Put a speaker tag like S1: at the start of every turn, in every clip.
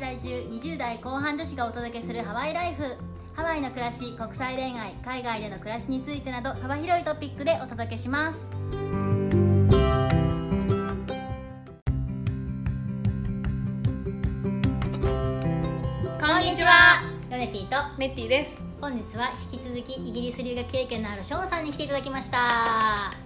S1: 20代後半女子がお届けするハワイライフハワイの暮らし国際恋愛海外での暮らしについてなど幅広いトピックでお届けしますこんにちはヨネピーと
S2: メッティです。
S1: 本日は引き続きイギリス留学経験のあるショーンさんに来ていただきました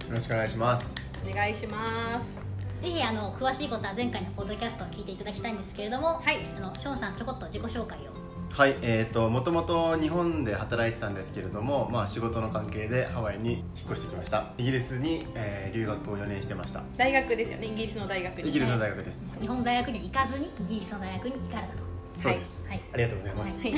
S3: よろしくお願いします
S2: お願いします。
S1: ぜひあの詳しいことは前回のポッドキャストを聞いていただきたいんですけれども、
S2: はい
S1: あのショーンさんちょこっと自己紹介を
S3: はいえー、ともともと日本で働いてたんですけれども、まあ、仕事の関係でハワイに引っ越してきましたイギリスに、えー留学を4年してました
S2: 大学ですよね。イギリスの大学に。
S3: イギリスの大学です、
S1: 日本大学には行かずにイギリスの大学に行かれたと、
S3: そうです、
S1: はい
S3: ありがとうございます、
S2: はい。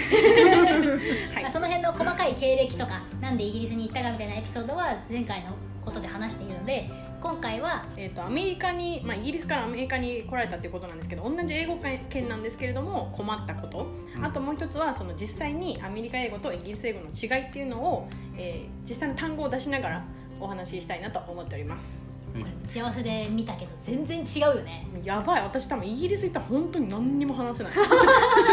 S2: はい
S1: まあ、その辺の細かい経歴とかなんでイギリスに行ったかみたいなエピソードは前回のことで話しているので今回は
S2: えっ、とアメリカに、まあイギリスからアメリカに来られたっていうことなんですけど、同じ英語圏なんですけれども困ったこと、
S3: うん
S2: あともう一つはその実際にアメリカ英語とイギリス英語の違いっていうのを、えー実際の単語を出しながらお話ししたいなと思っております。
S3: はい
S1: 打ち合わせで見たけど全然違うよね
S2: やばい、私多分イギリス行ったら本当に何にも話せない。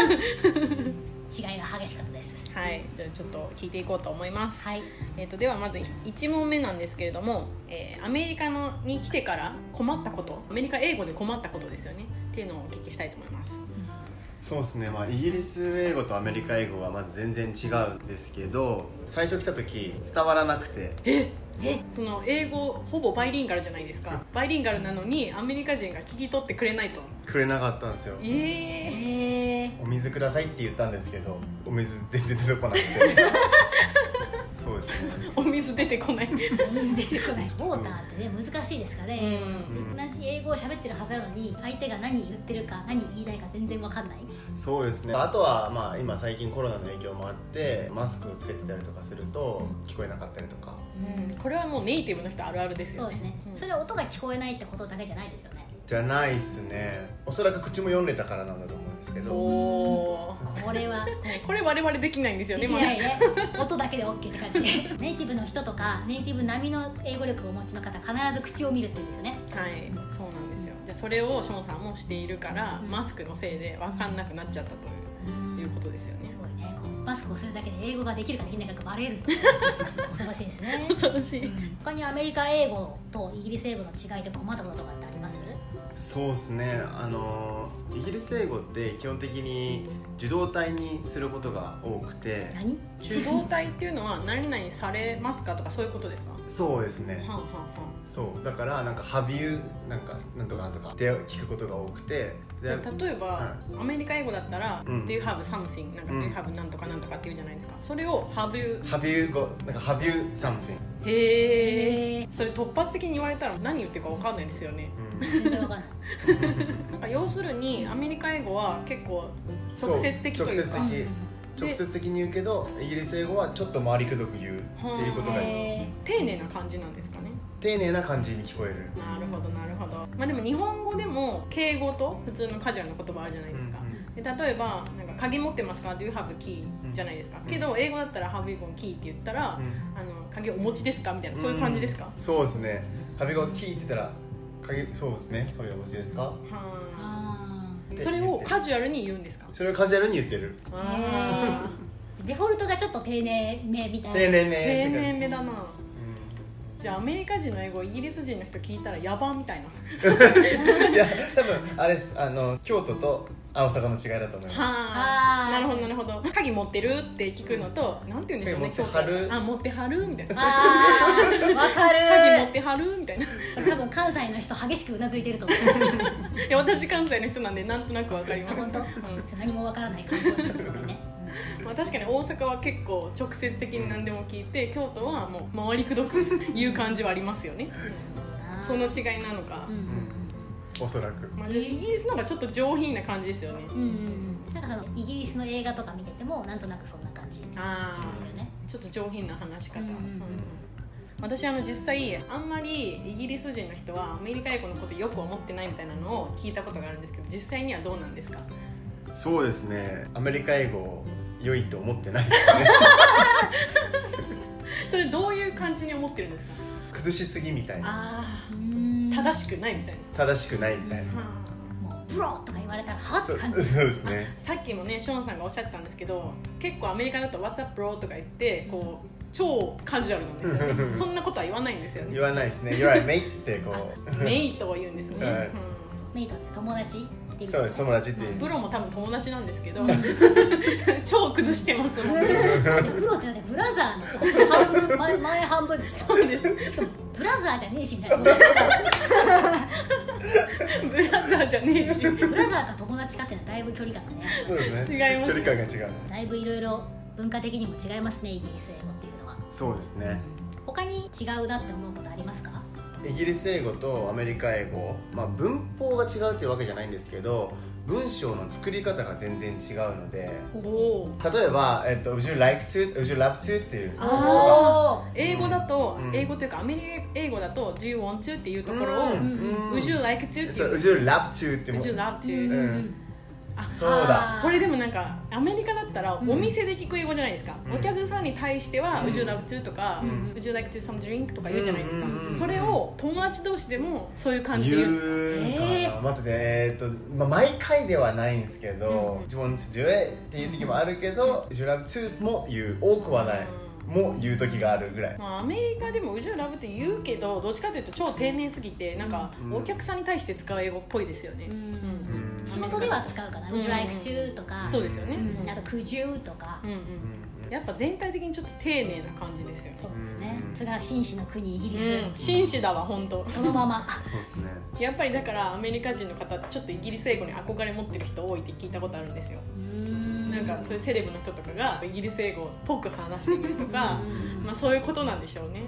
S1: 違いが激しかったです
S2: はい、じゃあちょっと聞いていこうと思います。
S1: はい
S2: えー、とではまず1問目なんですけれども、えーアメリカのに来てから困ったことアメリカ英語で困ったことですよねっていうのをお聞きしたいと思います
S3: そうですね、まあ、イギリス英語とアメリカ英語はまず全然違うんですけど最初来た時伝わらなくて
S2: え
S1: え
S2: その英語ほぼバイリンガルじゃないですかバイリンガルなのにアメリカ人が聞き取ってくれないと
S3: くれなかったんですよ
S2: ええ
S1: へえ
S3: お水くださいって言ったんですけどお水全然出てこ なくてそうですね
S2: お水出てこないう
S1: お水出てこないウォーターってね難しいですからね、
S2: ん
S3: うん
S1: 同じ英語を喋ってるはずなのに相手が何言ってるか何言いたいか全然わかんない
S3: そうですねあとはまあ今最近コロナの影響もあってマスクをつけてたりとかすると聞こえなかったりとか
S2: うんこれはもうネイティブの人あるあるです
S1: そ
S2: よ
S1: う
S2: ね
S1: ですね、
S2: うん
S1: それは音が聞こえないってことだけじゃないですよね
S3: じゃないっすねおそらく口も読んでたからなんだと思うんですけど
S2: おー
S1: これは
S2: これ我々できないんですよね
S1: できないね音だけで OK って感じネイティブの人とかネイティブ並みの英語力をお持ちの方必ず口を見るって言うんですよね
S2: まだはいそうなんですよじゃあそれをショーンさんもしているからマスクのせいで分かんなくなっちゃったといういうことですよね
S1: す。ごいねこうマスクをするだけで英語ができるかできないかがバレると恐ろしいですね
S2: 恐ろし
S1: う。ん他にアメリカ英語とイギリス英語の違いで困ったこととかってあります
S3: そうっすねあのイギリス英語って基本的に受動体にすることが多くて
S1: 何
S2: 受動体っていうのは何々されますかとかそういうことですか。は
S3: そうですね
S2: んはんはん。
S3: そうだからなんか「Have you」なんかなんとかなんとかって聞くことが多くて
S2: じ
S3: で
S2: ゃあ例えば、
S3: は
S2: アメリカ英語だったら、
S3: うん
S2: Do you have something なんか、
S3: うん
S2: Do you have なんとかなんとかって言うじゃないですか。それを Have you
S3: 「Have you got なんか Have you something
S2: へえ。
S1: え
S2: それ突発的に言われたら何言ってるかわかんないですよね。
S3: うん」
S1: 全然わかんない
S2: なんか要するにアメリカ英語は結構
S3: そう
S2: 直接的というか。
S3: 直接的直接的に言うけどイギリス英語はちょっと回りくどく言うっていうことが
S1: へ
S2: 丁寧な感じなんですかね。
S3: 丁寧な感じに聞こえる
S2: なるほどなるほど。まあでも日本語でも敬語と普通のカジュアルの言葉あるじゃないですか。で例えばなんか鍵持ってますか Do you have key?、
S3: うん
S2: じゃないですか
S3: ん
S2: けど英語だったら Have you got key? って言ったら、
S3: うんうん
S2: あの鍵お持ちですかみたいなそういう感じですか、
S3: そうですねハビゴキーって言ったら鍵そうですね鍵お持ちですか
S1: ー
S2: は
S1: あ
S2: ーそれをカジュアルに言うんですか
S3: それをカジュアルに言ってる
S2: あ
S1: ーデフォルトがちょっと丁寧めみたいな
S3: 丁寧め
S2: ー丁寧めだな
S3: う
S2: じゃあアメリカ人の英語をイギリス人の人聞いたらヤバみたいなん
S3: いや多分あれですあの京都とあ大阪の違いだと思います
S2: は
S1: あ
S2: あ
S1: ー
S2: なるほどなるほど鍵持ってるって聞くのとなんて言うんでしょうね
S3: 鍵持ってはる
S2: 京都あ持ってはるみたいな
S1: あーわか
S2: 鍵持っ
S1: る
S2: てはるみたいない
S1: 多分関西の人激しくうなずいてると思う
S2: や私関西の人なんでなんとなくわかります、
S1: 本当
S2: うん
S1: 何もわからない感じでね
S2: まあ、確かに大阪は結構直接的に何でも聞いて京都はもう回りくどく言う感じはありますよね、うんその違いなのか
S1: う、ん
S3: おそらく
S2: まあ、イギリスの方がちょっと上品な感じですよね
S1: うんうんうんなんかそのイギリスの映画とか見ててもなんとなくそんな感じし
S2: あ
S1: ま
S2: あ
S1: すよね
S2: ちょっと上品な話し方、
S1: うんうんうん
S2: うん私あの実際あんまりイギリス人の人はアメリカ英語のことよく思ってないみたいなのを聞いたことがあるんですけど実際にはどうなんですか
S3: そうですねアメリカ英語を良いと思ってないです ね
S2: それどういう感じに思ってるんですか
S3: 崩しすぎみたいな
S2: ああ
S1: うん
S2: 正しくないみたいな、
S3: 正しくないみたいな
S2: はあ
S1: もうプロとか言われたらはって
S3: そう
S1: 感
S3: そう
S1: じ
S3: ですね
S2: さっきもねショーンさんがおっしゃったんですけど結構アメリカだと「What's up bro」とか言ってこう超カジュアルなんですよねそんなことは言わないんですよね
S3: 言わないですね「You're a mate」ってこう
S2: メイとは言うんですよね、、
S3: はい
S1: メイトって友達っていう
S3: そうです友達っていううん
S2: プロも多分友達なんですけど超崩してますもん
S1: でプロってだってブラザーのさ半分前前半分でしょ
S2: そうです
S1: しかもブラザーじゃねえしみたいな友達だ
S2: ブラザーじゃねえし違い
S1: ブラザーか友達かっていうのはだいぶ距離感がね
S3: そうですね
S2: ま
S3: 距
S2: す
S3: 離感が違う
S1: だいぶいろいろ文化的にも違いますねイギリス英語っていうのは
S3: そうですね
S1: 他に違うなって思うことありますか
S3: イギリス英語とアメリカ英語、まあ、文法が違うというわけじゃないんですけど文章の作り方が全然違うので
S2: おお
S3: 例えば、えっと「Would you like to?」「Would you love to?」っていう
S2: あ英語だと、
S3: うん
S2: 英語というかアメリカ英語だと「Do you want to?」っていうところを
S3: うん
S2: 「Would you like to?」って
S3: そう
S2: いう
S3: Would you love to?
S2: 「
S3: っても
S2: Would you love to?」
S3: ん
S2: あ
S3: そうだ
S1: あー
S2: それでもなんかアメリカだったらお
S1: ん
S2: 店で聞く英語じゃないですか、
S3: うん
S2: お客さんに対しては「
S3: うん
S2: Would you love to?」とか「
S3: ん
S2: Would you like to some drink?」とか言うじゃないですか、
S3: うんうんうんうん
S2: それを友達同士でもそういう感じで
S3: 言
S2: 言う
S3: うかな、
S1: えー
S3: 待ってねえーっと、まあ、毎回ではないんですけど「自分自由へ」っていう時もあるけど「Would you love to?」も言う多くはない、も言う時があるぐらい
S2: まあ、アメリカでも「Would you love?」って言うけどどっちかというと超丁寧すぎてなんか
S3: うん
S2: お客さんに対して使う英語っぽいですよね、
S1: うん
S3: うん
S1: 仕事では使うかな「
S2: うん
S1: Would you like to?」とか
S2: そうですよね、
S1: うんあと「Could you?」とか
S2: うんう
S3: うんん
S2: やっぱ全体的にちょっと丁寧な感じですよね
S1: そうですね
S3: うん
S1: それが紳士の国イギリス
S2: うん紳士だわ本当
S1: その まま
S3: そうですね
S2: やっぱりだからアメリカ人の方ってちょっとイギリス英語に憧れ持ってる人多いって聞いたことあるんですよなんかそういうセレブの人とかがイギリス英語っぽく話してるとか
S1: う、ん
S2: まあ、そういうことなんでしょうね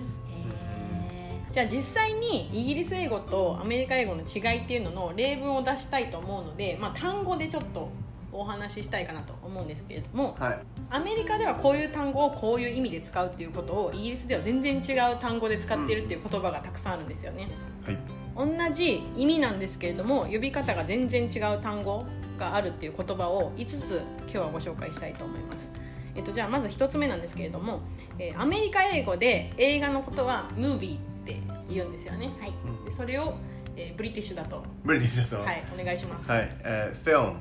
S1: へ
S2: じゃあ実際にイギリス英語とアメリカ英語の違いっていうのの例文を出したいと思うので、まあ、単語でちょっとお話ししたいかなと思うんですけれども
S3: はい
S2: アメリカではこういう単語をこういう意味で使うっていうことをイギリスでは全然違う単語で使ってるっていう言葉がたくさんあるんですよね、
S3: はい
S2: 同じ意味なんですけれども呼び方が全然違う単語があるっていう言葉を5つ今日はご紹介したいと思います、えっと、じゃあまず1つ目なんですけれども、えーアメリカ英語で映画のことはムービーって言うんですよね
S1: ーはい
S2: でそれを、えーブリティッシュだとは
S3: ブリティッシュだと
S2: いお願いします、
S3: はい、えー、フィルム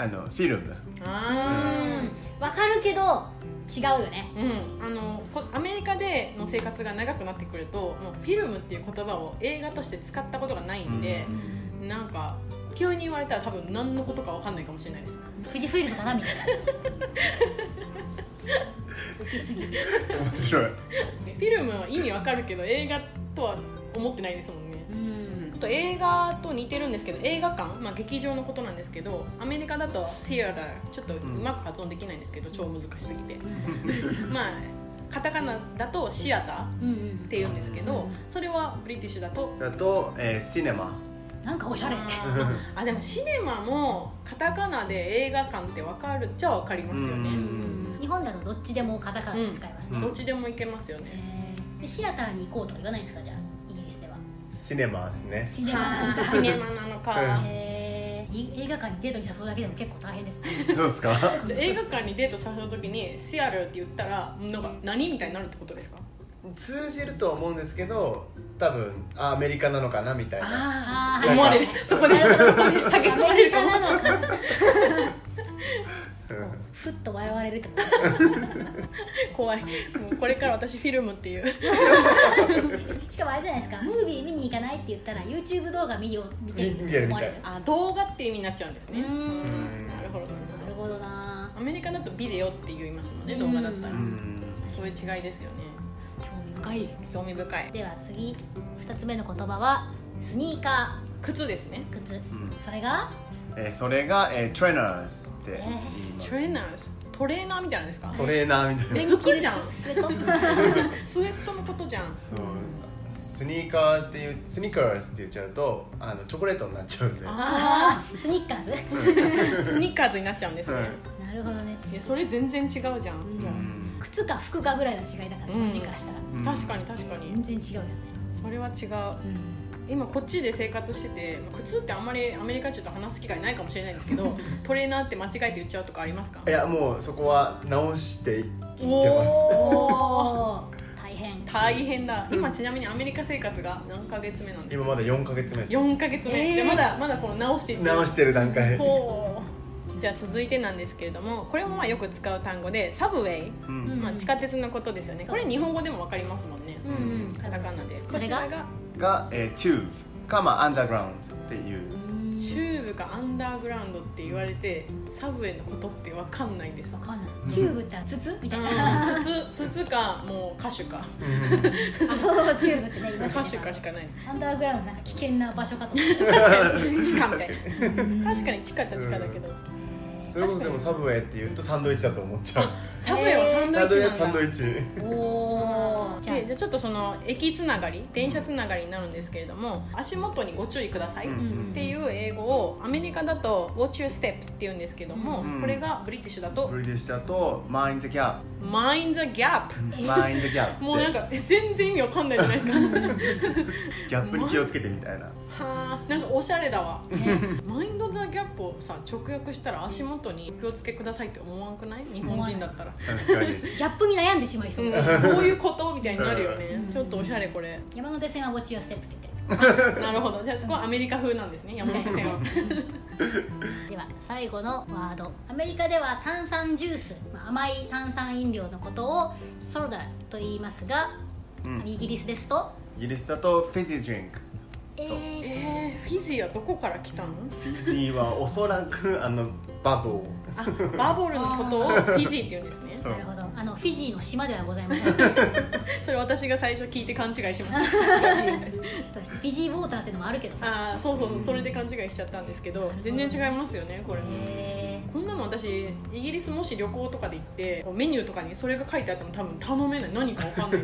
S3: あのフィルム
S2: あー
S1: わかるけど違うよね
S2: うん、あのこアメリカでの生活が長くなってくるともうフィルムっていう言葉を映画として使ったことがないんで、なんか急に言われたら多分何のことか分かんないかもしれないです
S1: 富士フイルムかなみ たいな浮きすぎる
S3: 面白い
S2: でフィルムは意味わかるけど映画とは思ってないですもんね
S1: うん
S2: あと映画と似てるんですけど映画館、まあ、劇場のことなんですけどアメリカだと「シアラー」ちょっとうまく発音できないんですけど、超難しすぎてまあカタカナだと「シアター」
S1: うんうん
S2: って言うんですけどそれはブリティッシュだと
S3: だと、えー、シネマ
S1: なんかおしゃれ
S2: あ ーあでもシネマもカタカナで映画館ってわかるっちゃわかりますよ
S3: う
S2: ね、
S1: 日本だとどっちでもカタカナで使えますね、
S3: うん
S2: どっちでも行けますよ ね、
S1: へーでシアターに行こうとか言わないんですかじゃあイギリスでは
S3: シネマです ね
S1: シネ
S2: あ
S1: マ
S2: ーシネマな のか、
S1: へーい映画館にデートに誘うだけでも結構大変ですね
S3: どうですか
S2: じゃあ映画館にデート誘う時に「シアル」って言ったらなんか何みたいになるってことですか
S3: 通じるとは思うんですけど多分あアメリカなのかなみたいな
S1: あ
S2: 思われるそこで
S1: なる
S2: そ
S1: ほ
S2: こ
S1: ど
S2: で下げ詰まれるかも
S1: アメリカなのか
S3: うん
S1: ふっと笑われるってこ
S2: 怖いもうこれから私フィルムっていう
S1: としかもあれじゃないですかムービー見に行かないって言ったら YouTube 動画見よ見てる
S3: 見見てるみたい
S1: 思われる
S2: あ動画って意味になっちゃうんですね
S1: うーん
S2: うんなるほどなる
S1: な
S2: ほ
S1: るほどな
S2: どアメリカだとビデオって言いますもんね動画だったら
S3: うん
S2: そういう違いですよね
S1: 興味深い
S2: 興味深い
S1: では次2つ目の言葉はスニーカ
S2: 靴ですね
S1: ー靴
S3: うん
S1: それが
S3: えー、それが、えー、トレーナーズって言います、
S2: トレーナーズトレーナーみたいなんですか
S3: トレーナーみたいな
S1: 上
S2: え
S1: に着る
S2: 服じゃん
S1: ススウェット
S2: スウェットのことじゃん
S3: そうスニーカーっていうスニーカーズって言っちゃうとあのチョコレートになっちゃうんで
S2: あ
S1: スニッカーズ
S2: ースニッカーズになっちゃうんですね、
S3: はい
S1: なるほどね
S2: いやそれ全然違うじゃん、
S1: ん
S2: じゃ
S3: うん
S1: 靴か服かぐらいの違いだから
S2: うん
S1: 日本人からしたら
S2: あ確かに確かに
S1: 全然違うよね
S2: それは違う今こっちで生活してて靴ってあんまりアメリカ人と話す機会ないかもしれないんですけ どトレーナーって間違えて言っちゃうとかありますか
S3: いやもうそこは直していってま
S2: お
S3: す
S2: ー
S1: おお大変
S2: 大変だ今ちなみにアメリカ生活が何ヶ月目なんですか
S3: 今まだ4か月目です
S2: 4ヶ月目、じ
S1: えー
S2: ゃあまだまだこの直していって
S3: 直してる段階
S2: ほうじゃあ続いてなんですけれどもこれもまあよく使う単語でサブウェイ、
S3: う
S1: うん
S3: ん
S2: まあ、地下鉄のことですよねこれ日本語でも分かりますもんね、
S1: うんうん
S2: カタカナで
S1: それが
S2: こちらが
S3: が、えー、tube かまあアンダーグラウンドっていう
S2: チューブかアンダーグラウンドって言われてサブウェイのことって分かんないんです
S1: わかんないチューブって筒みたいな、
S2: うんつつつつかもう歌手か
S1: あ そうそうチューブってね言いま
S2: 歌
S1: す
S2: 手
S1: よ
S2: か
S1: ね
S2: しかない
S1: アンダーグラウンドなんか危険な場所かと思っ
S2: 確かに地下みたい
S1: た
S2: な確かに地下ちゃ地下だけど、
S3: それこそでもサブウェイって言うとサンドイッチだと思っちゃう
S2: サブウェイはサ
S3: サ
S2: ン
S3: ン
S2: ド
S3: ド
S2: イ
S3: イ
S2: ッ
S3: ッ
S2: チ
S3: チ
S2: なんだ
S3: サンドイッチ
S1: おおじゃ
S2: でじゃあちょっとその駅つながり電車つながりになるんですけれども足元にご注意ください、
S3: うん
S2: っていう英語をアメリカだと「Watch Your Step」って言うんですけども、
S3: うん
S2: これがブリティッシュだと
S3: ブリティッシュだと mind the gap
S2: 「Mind the Gap」
S3: mind the gap
S2: もうなん
S3: か
S2: かえ全然意味わかんないじゃないですか
S3: ギャップに気をつけてみたいな
S2: はあなんかおしゃれだわ
S1: あね
S2: 「マインド・ザ・ギャップ」をさ直訳したら足元に気をつけくださいって思わんくない日本人だったら、、
S3: 確かに
S1: ギャップに悩んでしまいそううん
S2: どういうことみたいになるよねちょっとおしゃれこれ
S1: 山手線はウォッチヨーステップって言って
S2: なるほどじゃあそこはアメリカ風なんですね山手線は
S1: では最後のワードアメリカでは炭酸ジュースまあ甘い炭酸飲料のことをソーダと言いますが、
S3: うん
S1: イギリスですと
S3: イギリスだとフィジードリンク
S1: えー、
S2: えー、フィジーはどこから来たの
S3: フィジーはおそらくあのバブ
S2: あバブルのことをフィジーって言うんですね
S3: ル
S1: なるほどあのフィジーの島ではございませんそう
S2: それ私が最初聞いて勘違いしました
S1: ですフィジーウォーターってのもあるけどさ
S2: あーそうそうそうそれで勘違いしちゃったんですけど全然違いますよねこれ
S1: え
S2: こんなの私イギリスもし旅行とかで行ってこうメニューとかにそれが書いてあっても多分頼めない何かわかん ない、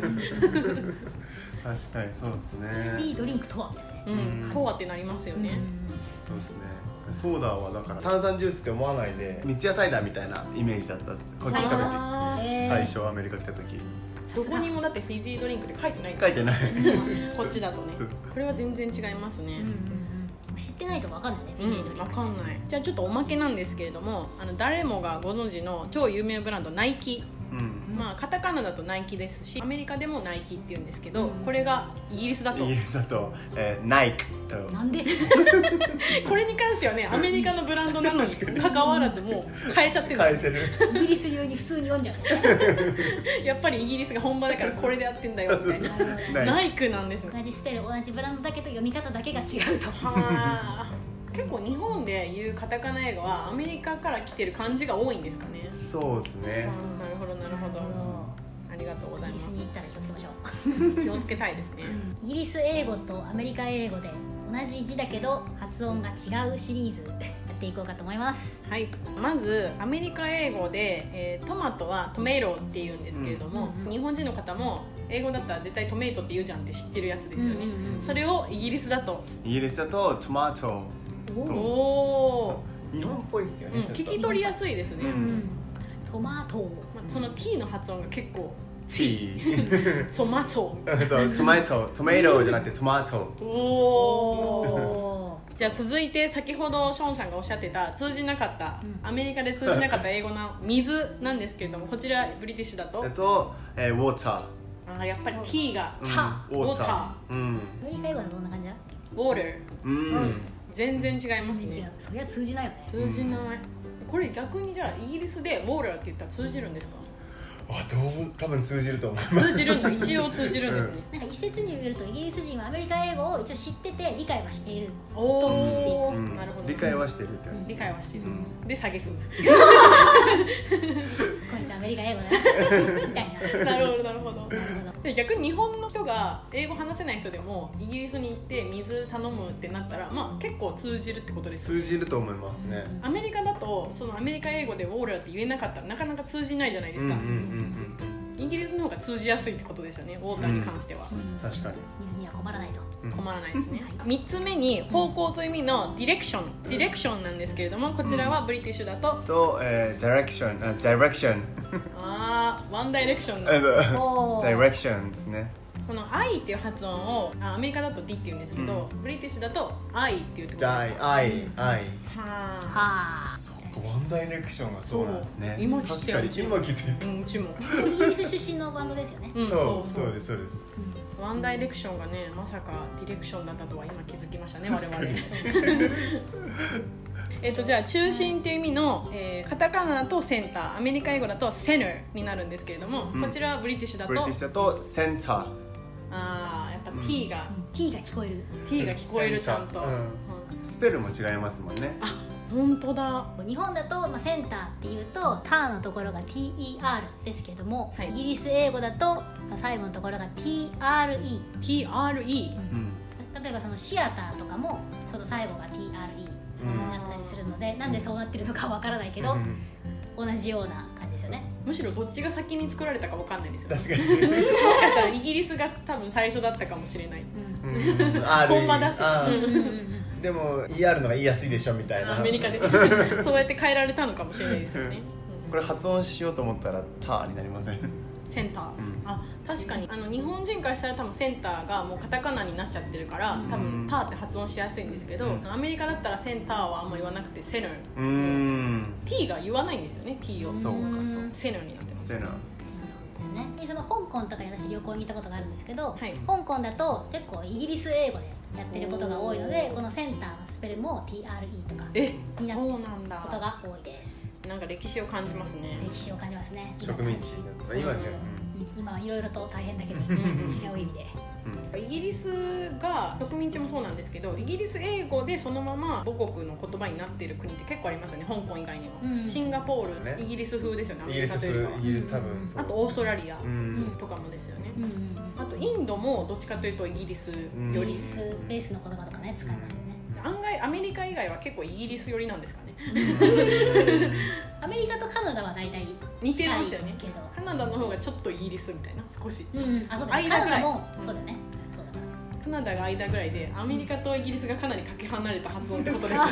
S3: 確かにそうです
S1: ー、フィジ
S3: ね
S1: ードリンクとはみたいなね
S2: うん、とはってなりますよね、
S3: そうですねソーダはだから炭酸ジュースって思わないで三ツ矢サイダーみたいなイメージだったっすこっち来た時
S2: あー
S1: えー
S3: 最初アメリカ来た時
S2: どこにもだってフィジードリンクって書いてない
S3: 書いてない
S2: こっちだとねこれは全然違いますね、
S1: うんうんうん知ってないと分かんないねフ
S2: う
S1: ィジー
S2: ん、
S1: ドリンク
S2: わかんないじゃあちょっとおまけなんですけれどもあの誰もがご存知の超有名ブランドナイキ、
S3: うん
S2: まあカタカナだとナイキですしアメリカでもナイキって言うんですけど、
S1: うん
S2: これがイギリスだと
S3: イギリスだと、えー、ナイクと
S1: なんで
S2: これに関してはねアメリカのブランドなのに関わらずもう変えちゃってるんで
S3: 変えてる
S1: イギリス流に普通に読んじゃうのね
S2: すやっぱりイギリスが本場だからこれで合ってんだよみたい なナ
S3: ナイ
S2: イクなんですね
S1: 同じスペル同じブランドだけど読み方だけが違うと
S2: はあ結構日本で言うカタカナ英語はアメリカから来てる漢字が多いんですかね
S3: クそうですね
S2: あーなるほどなるほどありがとうござ
S1: イ
S2: いま
S1: ギリス
S2: す
S1: に行ったら気をつけましょ
S2: 気をつけたいですね
S1: うイギリス英語とアメリカ英語で同じ字だけど発音が違うシリーズやっていこうかと思います
S2: はい、まずアメリカ英語で、えートマトはトメイロって言うんですけれども、
S1: うんうんうん
S2: 日本人の方も英語だったら絶対トメイトって言うじゃんって知ってるやつですよね、
S1: うんうんうん
S2: それをイギリスだと
S3: イギリスだとトマト
S1: お
S2: お
S1: ー
S2: お
S3: 日本っぽいっすよ
S2: ー、
S3: ね、
S2: うん
S3: ちょっと
S2: 聞き取りやすいですね、
S3: う
S1: うんトマト
S2: まあ、その T の発音が結構
S3: T
S2: トマト
S3: そうトマトトメイトじゃなくてトマト
S2: おお
S1: おー
S2: じゃあ続いて先ほどショーンさんがおっしゃってた通じなかった、
S1: うん
S2: アメリカで通じなかった英語の水なんですけれどもこちらブリティッシュだと
S3: だと、えー、ウォーター
S2: あーやっぱり T が
S3: うん
S1: 茶
S3: ウォーターうん
S1: アメリカ英語はどんな感じだ
S2: water
S3: うん
S2: 全然違います
S1: 全然違
S2: ね
S1: うそりゃ通じないよね
S2: 通じないこれ逆にじゃあイギリスでウォーラーって言ったら通じるんですか
S3: あどう多分通じると思う
S2: 通じるんだ一応通じるんですね、
S1: なんか一説によるとイギリス人はアメリカ英語を一応知ってて理解はしている
S2: おお、
S3: うん
S2: なるほど
S3: 理解はしてるって感じ
S2: 理解はしてる、
S3: う
S2: で下げす
S1: こいつアメリカ英語だ なみたいななる
S2: なるほどなるほど
S1: ほど
S2: で逆に日本の人が英語話せない人でもイギリスに行って水頼むってなったらまあ結構通じるってことですよ
S3: 通
S2: ね
S3: じると思いますね
S2: アメリカだとそのアメリカ英語でウォーラーって言えなかったらなかなか通じないじゃないですか、
S3: うんうんうんうん
S2: イギリスの方が通じやすいってことですよねウォーターに関しては、
S1: うん
S3: 確かに
S1: 水には困らないと
S3: うん
S2: 困らないですね3つ 目に方向という意味のディレクションディレクションなんですけれどもこちらはブリティッシュだと、
S3: と、えー、ディレクションあディレ クション
S2: ああワンダイレクションの
S3: えそう
S1: お
S3: ディレクションですね
S2: この「I」っていう発音をあアメリカだと「D」って言うんですけど、ブリティッシュだと「I」っていうってことですか
S3: Die I I
S2: はあ
S1: はあ
S3: そっワンダイレクションがそうなんですね
S2: そう今知って
S3: 確
S2: る
S3: かに今気づい
S2: うん、うちも、
S1: イギリス出身のバンドですよね、
S2: うん、
S3: たそうそうですそうです
S2: ワンダイレクションがねまさかディレクションだったとは今気づきましたね我
S3: 確
S2: 々
S3: かに
S2: えっとじゃあ中心っていう意味の、えーカタカナだとセンターアメリカ英語だとセナーになるんですけれども、
S3: うん
S2: こちらはブリティッシュだ
S3: ブリティッ
S2: と
S3: シュだとセンター
S2: ああやっぱ T が、
S1: うん、T が聞こえる
S2: T が聞こえるちゃんと、
S3: センターうん
S2: う
S3: スペルも違いますもんね
S2: ん本当だは
S1: 日本だと、まあ、センターっていうと「ター」のところが TER ですけども、
S2: はい
S1: イギリス英語だと最後のところが TRE
S2: TRE
S3: うん
S1: 例えばそのシアターとかもその最後が TRE
S3: うん
S1: だったりするので、なんでそうなってるのかわからないけど、
S3: うん
S1: 同じような感じですよね
S2: むしろどっちが先に作られたかわかんないですよね
S3: 確かに
S2: もしかしたらイギリスが多分最初だったかもしれない
S1: うん
S3: うんある意味
S2: 本場だし
S3: あー
S2: うん
S1: うんうんうん
S3: でも ER の方が言いやすいでしょみたいな
S2: アメリカで そうやって変えられたのかもしれないですよね、うん
S3: これ発音しようと思ったら「タ」になりません
S2: センター、
S3: うん
S2: あ確かにあの日本人からしたら多分センターがもうカタカナになっちゃってるから多
S3: う
S2: 分
S3: ん
S2: ターって発音しやすいんですけど、
S3: うん
S2: アメリカだったらセンターはあんま言わなくてセヌ
S3: うーん
S2: T が言わないんですよね T を
S3: そうか
S1: うん
S2: セヌになってます
S3: セナ
S1: ですねでその香港とかに私旅行に行ったことがあるんですけど、
S2: はい
S1: 香港だと結構イギリス英語でやってることが多いので
S2: おー
S1: このセンターのスペルも TRE とか
S2: え
S1: になっ
S2: そうなん
S1: こと
S2: だ
S1: が多いです
S2: なんか歴史を感じますね
S1: 歴史を感じますね
S3: 植民地今じゃ
S1: うん今はいろいろと大変だけ ど
S2: ん
S1: 違う意味で
S3: うん
S2: イギリスが植民地もそうなんですけどイギリス英語でそのまま母国の言葉になっている国って結構ありますよね香港以外にも、
S1: うん
S2: シンガポール、
S3: ね
S2: イギリス風ですよねア
S3: イ
S2: メ
S3: ギリ
S2: リカ
S3: ス
S2: というよりか
S3: 風
S2: は
S3: イギリス多分そう
S2: あとオーストラリア
S3: うん
S2: とかもですよね、
S1: うんうんう
S2: あ
S1: ん
S2: とインドもどっちかというとイギリス寄
S1: イギリ
S2: り、
S1: スベースの言葉とかね使いますよね
S2: 案外アメリカ以外は結構イギリス寄りなんですかね
S1: アメリカとカナダは大体
S2: 似て
S1: 近
S2: ま
S1: い
S2: すよね
S1: けど
S2: カナダの方がちょっとイギリスみたいな少し
S1: うんうんあそうだね
S2: 間
S1: カ
S2: ぐら
S1: ナ
S2: い
S1: ダもそうだねそうだね
S2: カナダが間ぐらいでアメリカとイギリスがかなりかけ離れた発音ってことですよね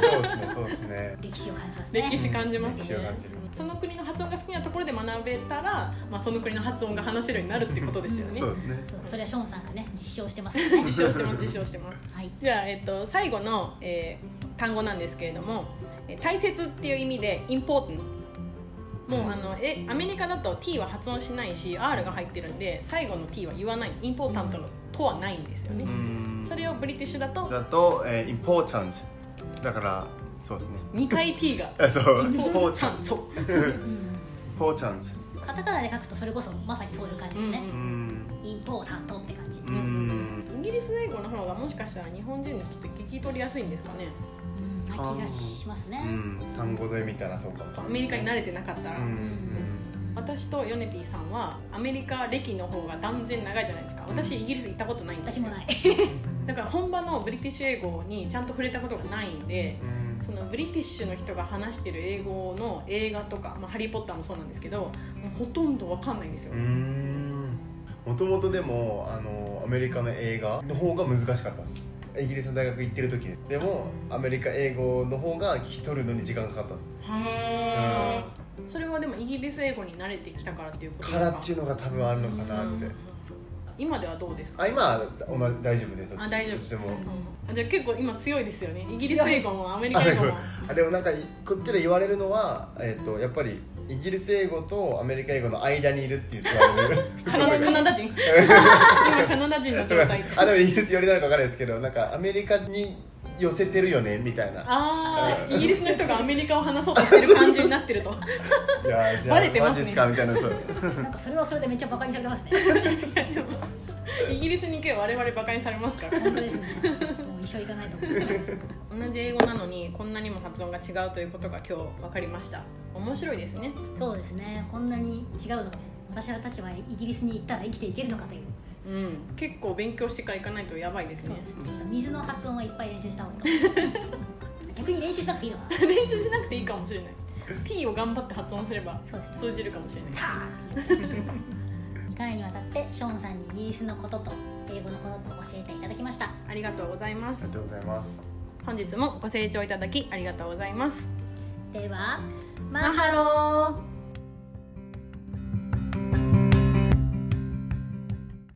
S3: そうですねそうですね
S1: 歴史を感じます
S2: 歴
S1: ね
S2: 史感じますね
S3: 歴史を感じる
S2: その国の発音が好きなところで学べたら、まあ、その国の発音が話せるようになるってことですよね
S3: そうですね
S1: そうそれはショーンさんがね実証してますからね
S2: 実証してます実証してます
S1: はい
S2: じゃあ、えっと、最後の、えー単語なんですけれども、えー大切っていう意味で important もう、
S3: うん
S2: あのえアメリカだと T は発音しないし R が入ってるんで最後の T は言わない important のとはないんですよね、
S3: うん
S2: それをブリティッシュだと
S3: だと、えー、important だからそうですね
S2: 2回 T が
S3: あそう important
S2: important そう
S1: うんカタカナで書くとそれこそまさにそういう感じですね
S2: うん
S3: う、ん
S1: インポータントって感じ、
S3: うんうん
S2: イギリス英語の方がもしかしたら日本人にとって聞き取りやすいんですかね
S1: うんな気がしますね、
S3: うん単語で見たらそうかも
S2: アメリカに慣れてなかったら、
S3: うん
S2: 私とヨネピーさんはアメリカ歴の方が断然長いじゃないですか私イギリス行ったことないんです
S1: 私
S2: よ
S1: もない
S2: だから本場のブリティッシュ英語にちゃんと触れたことがないんで
S3: うん
S2: そのブリティッシュの人が話してる英語の映画とか「まあ、ハリー・ポッター」もそうなんですけどもうほとんどわかんないんですよ、
S3: もともとでもあのアメリカの映画の方が難しかったですイギリスの大学行ってる時でもアメリカ英語の方が聞き取るのに時間かかったんです
S1: へ
S2: それはでもイギリス英語に慣れてきたからっていうことです
S3: か
S2: から
S3: っていうのが多分あるのかなって、
S2: うん今ではどうですか、
S3: あ今はおな大丈夫ですどっち
S2: あ大丈夫
S3: どっちでも
S2: うんあじゃあ結構今強いですよねイギリス英語もアメリカ英語も
S3: あでもなんかこっちで言われるのは、えっとやっぱりイギリス英語とアメリカ英語の間にいるって言ってられる
S2: カナダカナダ 人今カナダ人の
S3: ち
S2: 状
S3: ょっと
S2: 態
S3: 待ってあでもイギリス寄りなのか分かんないですけどなんかアメリカに寄せてるよねみたいな
S2: ああイギリスの人がアメリカを話そうとしてる感じになってる と
S3: いやーじゃあ
S2: バレてますね
S3: マジっすかみたいなそう
S1: なんかそれはそれでめっちゃバカにされ てますね
S2: イギリスに行けば我々バカにされますから
S1: 本当ですねもう一生行かないと思う
S2: 同じ英語なのにこんなにも発音が違うということが今日分かりました面白いですね
S1: そうですねこんなに違うのかね私たちはイギリスに行ったら生きていけるのかという
S2: うん結構勉強してから行かないとやばいです
S1: そう
S2: ね
S1: ですねちょっと水の発音はいっぱい練習した方がいいかも逆に練習したくていいのかな
S2: 練習しなくていいかもしれない T を頑張って発音すれば
S1: そうです
S2: 通じるかもしれない
S1: ターって言って2回にわたってショーンさんにイギリスのことと英語のことと教えていただきました
S2: ありがとうございま
S3: あり
S2: す
S3: がとうございます
S2: 本日もご清聴いただきありがとうございます
S1: ではマハロー